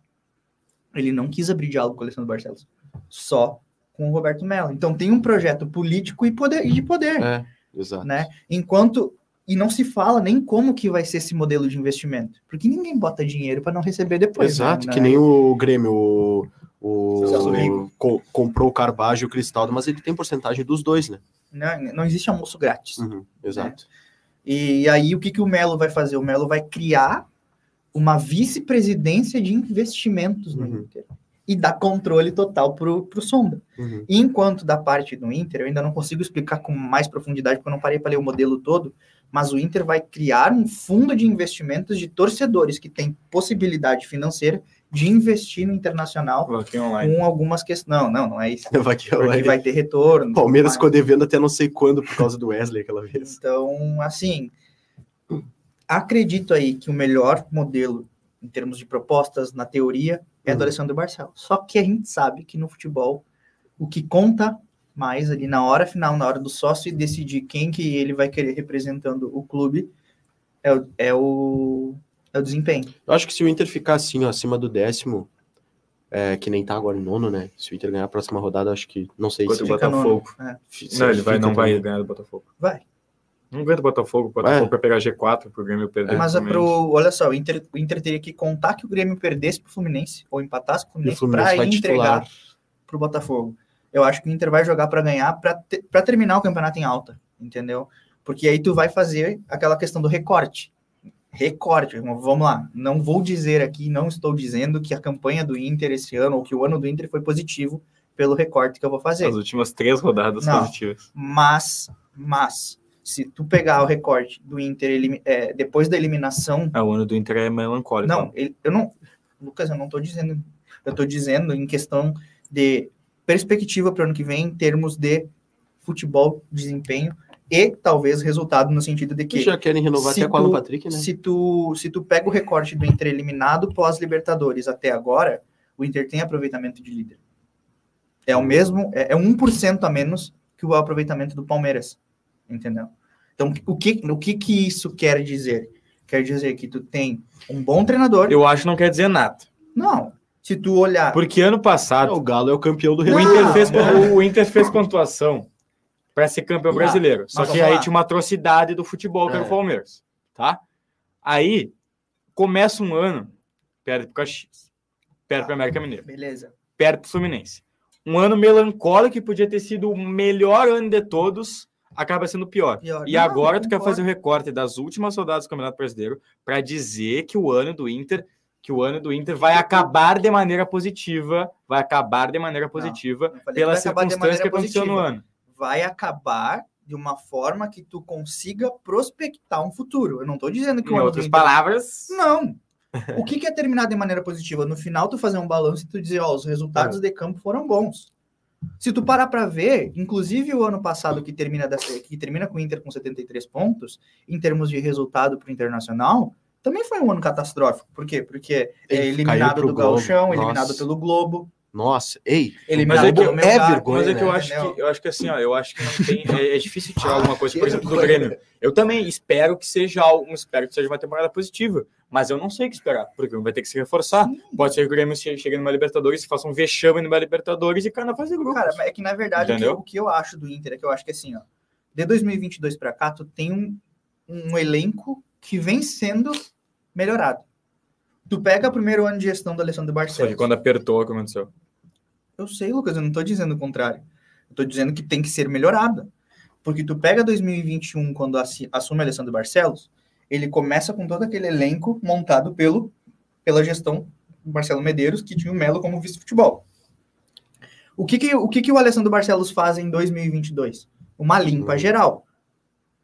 Ele não quis abrir diálogo com o Alessandro Barcelos, só com o Roberto Mello. Então, tem um projeto político e, poder, e de poder É, exato. né? Enquanto e não se fala nem como que vai ser esse modelo de investimento, porque ninguém bota dinheiro para não receber depois. né? Exato, Né? que nem o Grêmio, o, o- Celso Rigo. co- comprou o Carvalho e o Cristaldo, mas ele tem porcentagem dos dois, né? não, não existe almoço grátis. Uhum, exato. E aí o que que o Melo vai fazer? O Melo vai criar uma vice-presidência de investimentos no Uhum. Inter e dar controle total pro pro Sonda. É. Uhum. E Enquanto da parte do Inter, eu ainda não consigo explicar com mais profundidade, porque eu não parei para ler o modelo todo, mas o Inter vai criar um fundo de investimentos de torcedores que tem possibilidade financeira de investir no internacional Coloquei online. com algumas questões. Não, não, não é isso. Vai que Porque vai- vai ter retorno. O Palmeiras tudo ficou devendo até não sei quando por causa do Wesley aquela mais. vez. Então, assim, Então, acredito aí que o melhor modelo em termos de propostas na teoria é Hum. do Alessandro Barcelos. Só que a gente sabe que no futebol o que conta mais ali na hora final, na hora do sócio e decidir quem que ele vai querer representando o clube é o, é o, é o desempenho. Eu acho que se o Inter ficar assim, ó, acima do décimo, é, que nem tá agora em nono, né? Se o Inter ganhar a próxima rodada, acho que não sei Quanto se. o Fica Botafogo. nono, é. se Não, ele vai, fica não vai também. ganhar do Botafogo. Vai. Não ganha do Botafogo. O Botafogo É. vai pegar G4 pro Grêmio perder. Mas é pelo menos. pro, olha só, o Inter, o Inter teria que contar que o Grêmio perdesse pro Fluminense ou empatasse com o E o Fluminense, para Fluminense vai entregar titular. pro Botafogo. Eu acho que o Inter vai jogar para ganhar, para te, pra terminar o campeonato em alta, entendeu? Porque aí tu vai fazer aquela questão do recorte. Recorte, irmão, vamos lá. Não vou dizer aqui, não estou dizendo que a campanha do Inter esse ano ou que o ano do Inter foi positivo pelo recorte que eu vou fazer. As últimas três rodadas Não. positivas. Mas, mas, se tu pegar o recorte do Inter elimi- é, depois da eliminação Ah, o ano do Inter é melancólico. não, ele- eu não. Lucas, eu não tô dizendo. Eu tô dizendo em questão de perspectiva para o ano que vem, em termos de futebol, desempenho e talvez resultado no sentido de Que que já querem renovar se até com o Alan tu- Patrick, né? se tu se tu pega o recorte do Inter eliminado pós Libertadores até agora, o Inter tem aproveitamento de líder. É o mesmo, é, é 1% a menos que o aproveitamento do Palmeiras, entendeu? Então, o que o que que isso quer dizer? Quer dizer que tu tem um bom treinador, Eu acho que não quer dizer nada. não. Se tu olhar. Porque ano Ah, passado, o Galo é o campeão do o, Renato. Inter fez, o Inter fez pontuação para ser campeão Ah, brasileiro. Só mas que vamos aí lá. tinha uma atrocidade do futebol, que era o É. Palmeiras. Tá? Aí, começa um ano, perde pro Caxias, perde pro América Mineiro, Beleza. perde pro Fluminense. Um ano melancólico que podia ter sido o melhor ano de todos, acaba sendo o pior. Pior. E Não, agora eu tu quer concordo. fazer o recorte das últimas rodadas do Campeonato Brasileiro para dizer que o ano do Inter, que o ano do Inter vai acabar de maneira positiva, vai acabar de maneira positiva Eu falei que vai pelas acabar de circunstâncias maneira que aconteceu no positiva. ano. Vai acabar de uma forma que tu consiga prospectar um futuro. Eu não tô dizendo que Em ano outras vem- palavras, Não. O que, que é terminar de maneira positiva? No final, tu fazer um balanço e tu dizer, ó, os É. resultados de campo foram bons. Se tu parar pra ver, inclusive o ano passado que termina dessa, que termina com o Inter com 73 pontos, em termos de resultado pro Internacional, também foi um ano catastrófico. Por quê? Porque é Ele caiu eliminado pro do Globo. Gauchão, Nossa. eliminado pelo Globo, Nossa, ei, Mas eliminado é que pelo eu- meu é gato, vergonha, Mas é que eu né? acho Entendeu? que eu acho que assim, ó, eu acho que não tem. É, é difícil tirar alguma coisa, por que exemplo, do coisa. Grêmio. Eu também espero que seja algo, espero que seja uma temporada positiva, mas eu não sei o que esperar, porque o Grêmio vai ter que se reforçar. Pode ser que o Grêmio che- chegue numa Libertadores, faça um vexame numa Libertadores e cai na fase de grupos. Cara, mas é que na verdade o que, Entendeu? o que eu acho do Inter é que eu acho que assim, ó, de 2022 pra cá, tu tem um, um elenco que vem sendo melhorado. Tu pega o primeiro ano de gestão do Alessandro Só que Barcelos. quando apertou, aconteceu. Eu sei, Lucas, eu não tô dizendo o contrário. Eu tô dizendo que tem que ser melhorado. Porque tu pega 2021, quando assi- assume o Alessandro Barcelos, ele começa com todo aquele elenco montado pelo, pela gestão do Marcelo Medeiros, que tinha o Melo como vice-futebol. O, que, que, o que, que o Alessandro Barcelos faz em 2022? Uma limpa Hum. geral.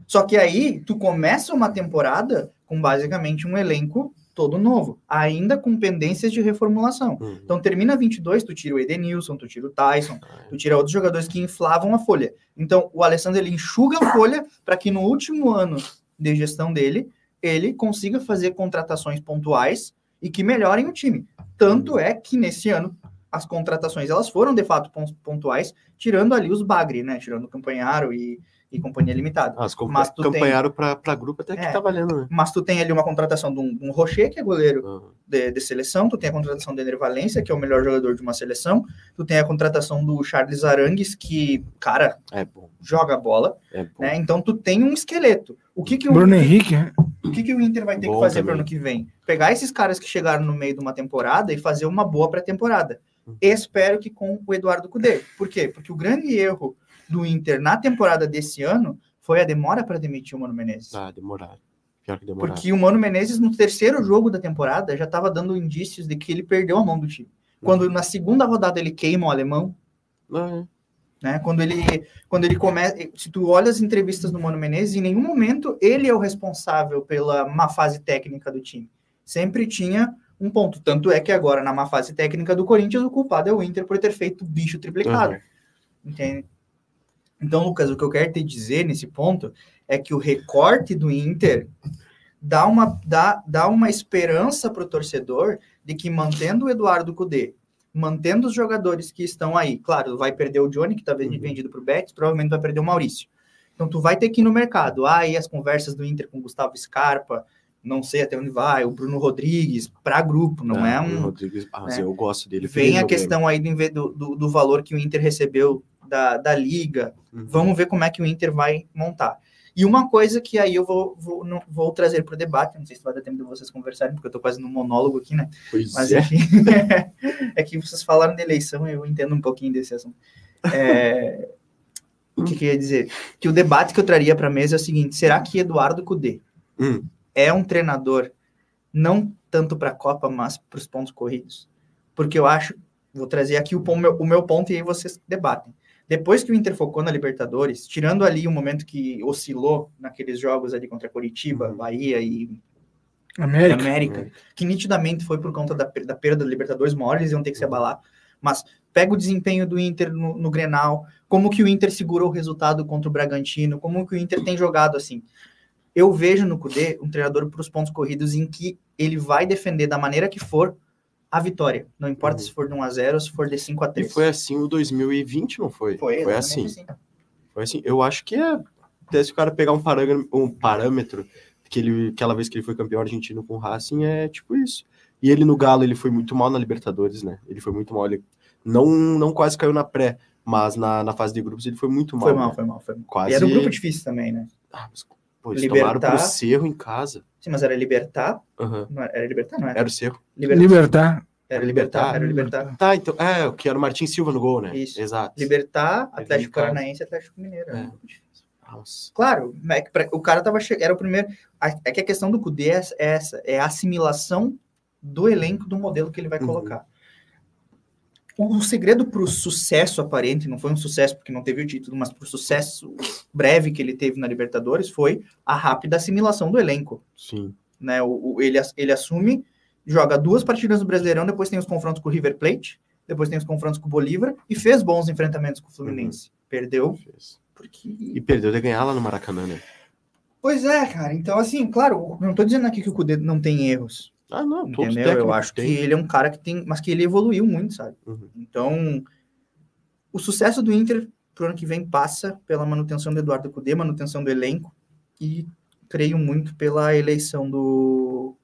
Só que aí tu começa uma temporada com basicamente um elenco todo novo, ainda com pendências de reformulação. Hum. Então termina 22, tu tira o Edenilson, tu tira o Tyson, tu tira outros jogadores que inflavam a folha. Então o Alessandro ele enxuga a folha para que no último ano de gestão dele ele consiga fazer contratações pontuais e que melhorem o time. Tanto é que nesse ano as contratações elas foram de fato pon- pontuais, tirando ali os Bagre, né? Tirando o Campanharo e, e companhia limitada. as Mas companhias tu tem- campanharam pra, pra grupo até que É. tá valendo, né? Mas tu tem ali uma contratação de um, de um Rocher, que é goleiro Uhum. de, de seleção, tu tem a contratação do Ener Valência, que é o melhor jogador de uma seleção, tu tem a contratação do Charles Arangues, que, cara, É bom, joga bola, é bom. né? Então tu tem um esqueleto. O que que o, Bruno Henrique, né? o, que que o Inter vai ter que Bom fazer para também. ano que vem? Pegar esses caras que chegaram no meio de uma temporada e fazer uma boa pré-temporada. Uhum. Espero que com o Eduardo Cudê. Por quê? Porque o grande erro do Inter na temporada desse ano foi a demora para demitir o Mano Menezes. Ah, demoraram. Pior que demoraram. Porque o Mano Menezes, no terceiro jogo da temporada, já estava dando indícios de que ele perdeu a mão do time. Quando na segunda rodada ele queima o alemão, Ah, é. né? Quando ele, quando ele começa. Se tu olha as entrevistas do Mano Menezes, em nenhum momento ele é o responsável pela má fase técnica do time. Sempre tinha um ponto. Tanto é que agora, na má fase técnica do Corinthians, o culpado é o Inter por ter feito bicho triplicado. Uhum. Entende? Então, Lucas, o que eu quero te dizer nesse ponto é que o recorte do Inter dá uma, dá, dá uma esperança para o torcedor de que mantendo o Eduardo Cudê, mantendo os jogadores que estão aí, claro, vai perder o Johnny, que está vendido para o Betis, provavelmente vai perder o Maurício. Então tu vai ter que ir no mercado. Ah, e as conversas do Inter com o Gustavo Scarpa, não sei até onde vai, o Bruno Rodrigues, para grupo, não é, o um... Rodrigues Barros, né? eu gosto dele. Vem Ele a jogou questão aí do, inve- do, do- do valor que o Inter recebeu da, da liga. Uhum. Vamos ver como é que o Inter vai montar. E uma coisa que aí eu vou, vou, não- vou trazer para o debate, não sei se vai dar tempo de vocês conversarem, porque eu estou quase no monólogo aqui, né? bem. Pois Mas é. enfim, é que vocês falaram de eleição, eu entendo um pouquinho desse assunto. É, o que, que eu ia dizer? Que o debate que eu traria para a mesa é o seguinte: será que Eduardo Cudê Hum. é um treinador não tanto para a Copa, mas para os pontos corridos? Porque eu acho, vou trazer aqui o, pon- meu- o meu ponto e aí vocês debatem. Depois que o Inter focou na Libertadores, tirando ali o momento que oscilou naqueles jogos ali contra Uhum. Curitiba, Bahia e América. América, que nitidamente foi por conta da, per- da perda da Libertadores, uma hora eles iam ter que se abalar. Mas pega o desempenho do Inter no, no Grenal, como que o Inter segurou o resultado contra o Bragantino, como que o Inter tem jogado assim. Eu vejo no Cudê um treinador para os pontos corridos em que ele vai defender da maneira que for a vitória. Não importa Uhum. se for de 1 a 0 se for de 5 a E 3 foi assim o 2020, não foi? foi assim. exatamente Foi assim. Eu acho que é. Até se o cara pegar um parâmetro, um parâmetro que ele, aquela vez que ele foi campeão argentino com o Racing, é tipo isso. E ele no Galo, ele foi muito mal na Libertadores, né? Ele foi muito mal. Ele não, não quase caiu na pré, mas na, na fase de grupos ele foi muito mal. Foi mal, né? foi mal, foi mal. Quase. E era um grupo difícil também, né? Ah, mas, pô, eles Libertar. tomaram pro Cerro em casa. Sim, mas era libertar, Aham. não era, era libertar, não era? Era o Cerro. Libertar, Libertar. era libertar, era libertar. Tá, então. É, o que era o Martin Silva no gol, né? Isso. Exato. Libertar, Ele Atlético em casa. Paranaense e Atlético Mineiro. É. né? Nossa. Claro, é que pra- o cara tava che... era o primeiro. a- É que a questão do Cudê é essa- é essa, é a assimilação do elenco do modelo que ele vai Uhum. colocar. O, o segredo para o sucesso aparente, não foi um sucesso porque não teve o título, mas para o sucesso breve que ele teve na Libertadores foi a rápida assimilação do elenco Sim. né? O, o- ele, ass- ele assume, joga duas partidas no Brasileirão, depois tem os confrontos com o River Plate, depois tem os confrontos com o Bolívar e fez bons enfrentamentos com o Fluminense. Perdeu fez. porque. E perdeu de ganhar lá no Maracanã, né? Pois é, cara. Então, assim, claro, eu não tô dizendo aqui que o Cudê não tem erros. Ah, não. Todos entendeu? Eu técnicos acho têm. né? que ele é um cara que tem. Mas que ele evoluiu muito, sabe? Uhum. Então, o sucesso do Inter pro ano que vem passa pela manutenção do Eduardo Cudê, manutenção do elenco e creio muito pela eleição do,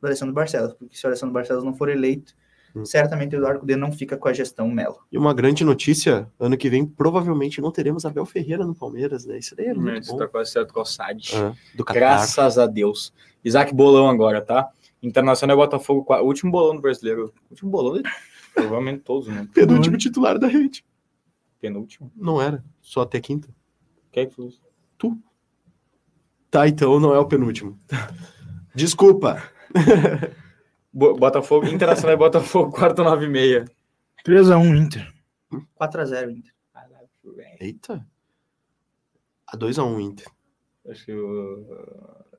do Alessandro Barcelos, porque se o Alessandro Barcelos não for eleito, Hum. certamente o Eduardo Cudê não fica com a gestão Melo. E uma grande notícia, ano que vem provavelmente não teremos Abel Ferreira no Palmeiras, né? Isso daí é muito Isso bom. tá quase certo com o Sade. Ah, do Catar. Graças a Deus. Isaac Bolão agora, tá? Internacional e Botafogo, qua- último bolão do brasileiro. Último bolão, de- provavelmente todos, né? Penúltimo titular da rede. Penúltimo. Não era, só até quinta. Quem é que falou isso? Tá, então não é o penúltimo. Desculpa. Bo- Botafogo, Internacional e Botafogo, quarto, nove e meia. 3x1 Inter. 4 a 0 Inter. Eita. A 2x1 um, Inter. Acho que o...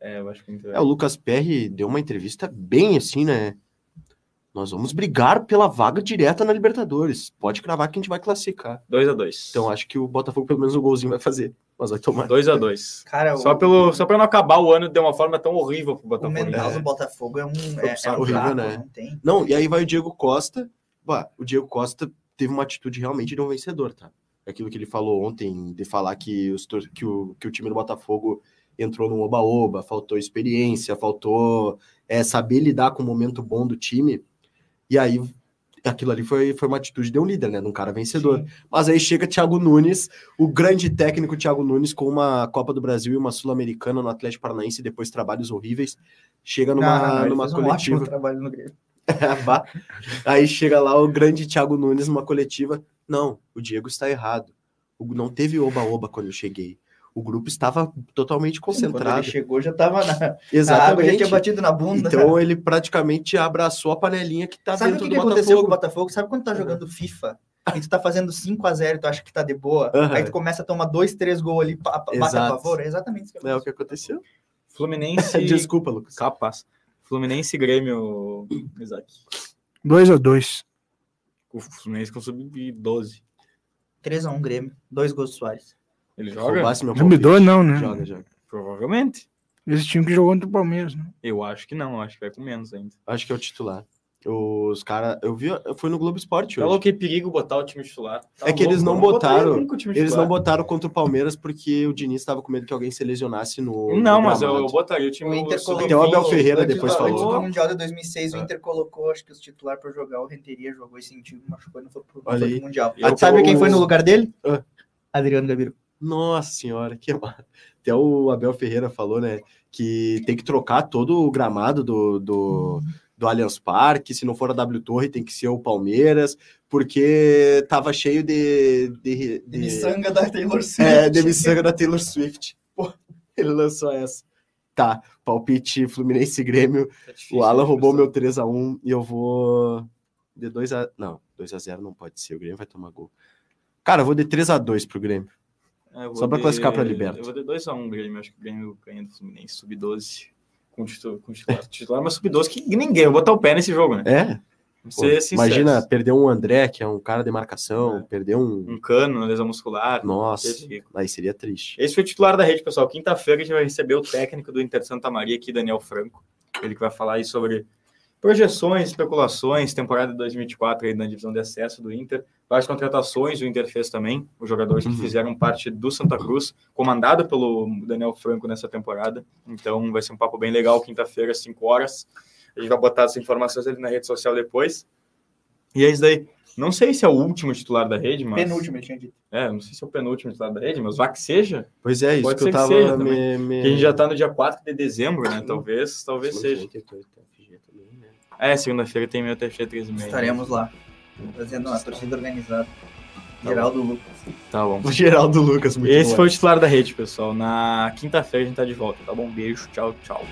É, eu acho que o Inter... É, o Lucas Perry deu uma entrevista bem assim, né? Nós vamos brigar pela vaga direta na Libertadores. Pode cravar que a gente vai classificar. 2x2. Então é acho que o Botafogo pelo menos um golzinho vai fazer. Mas vai tomar. 2x2. Cara, Só, É o, pelo, só pra não acabar o ano de uma forma tão horrível pro o Botafogo. né? mental É. do Botafogo é um, é, é um Profissional horrível, fraco, né? não tem. Não, e aí vai o Diego Costa. Bah, o Diego Costa teve uma atitude realmente de um vencedor, tá? Aquilo que ele falou ontem, de falar que, os tor- que, o, que o time do Botafogo entrou no oba-oba, faltou experiência, faltou é, saber lidar com o momento bom do time. E aí, aquilo ali foi, foi uma atitude de um líder, né? De um cara vencedor. Mas aí chega Thiago Nunes, o grande técnico Thiago Nunes, com uma Copa do Brasil e uma Sul-Americana no Atlético Paranaense, e depois trabalhos horríveis. Chega numa, Não, não, não, ele numa fez um coletiva. ótimo trabalho no Grêmio. Bah. Aí chega lá o grande Thiago Nunes numa coletiva. Não, o Diego está errado. O- Não teve oba-oba quando eu cheguei. O grupo estava totalmente Quando ele concentrado. chegou, já tava na, na água, já Exatamente. tinha batido na bunda. Então ele praticamente abraçou a panelinha que tá Sabe o dentro que, do que aconteceu com o Botafogo. Uhum. Botafogo? Sabe quando tá jogando FIFA e tu tá fazendo 5x0 e tu acha que tá de boa? Aham. Aí tu começa a tomar dois, três gols ali, pa, pa, bate a Exato. favor? É exatamente isso que É o aconteceu. que aconteceu. Fluminense... Desculpa, Lucas. Capaz. Fluminense e Grêmio, Isaac. 2x2. O Fluminense com sub-12. 3x1 Grêmio, um dois gols do Soares. Ele joga? Roubasse meu Não me palpite. dou, não, né? Joga, joga. Provavelmente. Esse time que jogou contra o Palmeiras, né? Eu acho que não, eu acho que vai com menos ainda. Acho que é o titular. Os caras. Eu vi, eu fui no Globo Esporte Tá Tá hoje. Falou que é perigo botar o time titular. Tá É que eles não eu botaria botaram- nunca o time Eles titular. não botaram contra o Palmeiras porque o Diniz estava com medo que alguém se lesionasse no. Não, no né? mas eu, gramado. eu botaria o time O Inter sub- colocou. Até o Abel Ferreira antes depois do- falou. Antes do Mundial de 2006, É. o Inter colocou, acho que os titular para jogar, o Renteria jogou e sentiu, machucou e não foi pro, não Olha foi aí. pro Mundial. Eu- sabe quem eu- foi no lugar dele? Ah. Adriano Gabiru. Nossa senhora, que ma- Até o Abel Ferreira falou, né? Que tem que trocar todo o gramado do, do, do Allianz Parque. Se não for a W Torre, tem que ser o Palmeiras, porque tava cheio de. de, de- Missanga da Taylor Swift. é, de miçanga da Taylor Swift. Pô, ele lançou essa. Tá, palpite Fluminense e Grêmio. Tá difícil, O Alan né, roubou pessoal? meu 3x1 e eu vou. De 2x. Não, 2x0 não pode ser. O Grêmio vai tomar gol. Cara, eu vou de 3x2 pro Grêmio. É, eu vou Só pra de- classificar pra Liberta. Eu vou de 2x1 um, Grêmio, acho que o Grêmio ganha do Fluminense, sub-12, com titu- com titular, titular, mas sub-12 que ninguém vai botar o pé nesse jogo, né? É? Vamos Pô, ser sinceros. imagina perder um André, que é um cara de marcação, perder um. Um cano, uma lesão muscular. Nossa, Esse ridículo. aí seria triste. Esse foi o titular da rede, pessoal. Quinta-feira a gente vai receber o técnico do Inter Santa Maria aqui, Daniel Franco. Ele que vai falar aí sobre projeções, especulações, temporada de 2024 aí na divisão de acesso do Inter. Várias contratações, o Inter fez também. Os jogadores Uhum. que fizeram parte do Santa Cruz, comandado pelo Daniel Franco nessa temporada. Então vai ser um papo bem legal, quinta-feira, às 5 horas. A gente vai botar as informações ali na rede social depois. E é isso daí. Não sei se é o último titular da rede, mas. Penúltimo, eu tinha dito. É, não sei se é o penúltimo titular da rede, mas vá que seja. Pois é, isso Pode que eu ser que tava. seja me- me- Que a gente É. já tá no dia 4 de dezembro, né? Talvez, talvez Mas seja. tem que ter FG também, né? É, segunda-feira tem meu TFG 3 e né? meia. Estaremos lá. Fazendo a torcida organizada. Geraldo Lucas. Tá bom. O Geraldo Lucas, muito Esse bom. foi o titular da rede, pessoal. Na quinta-feira a gente tá de volta, tá bom? Beijo, tchau, tchau.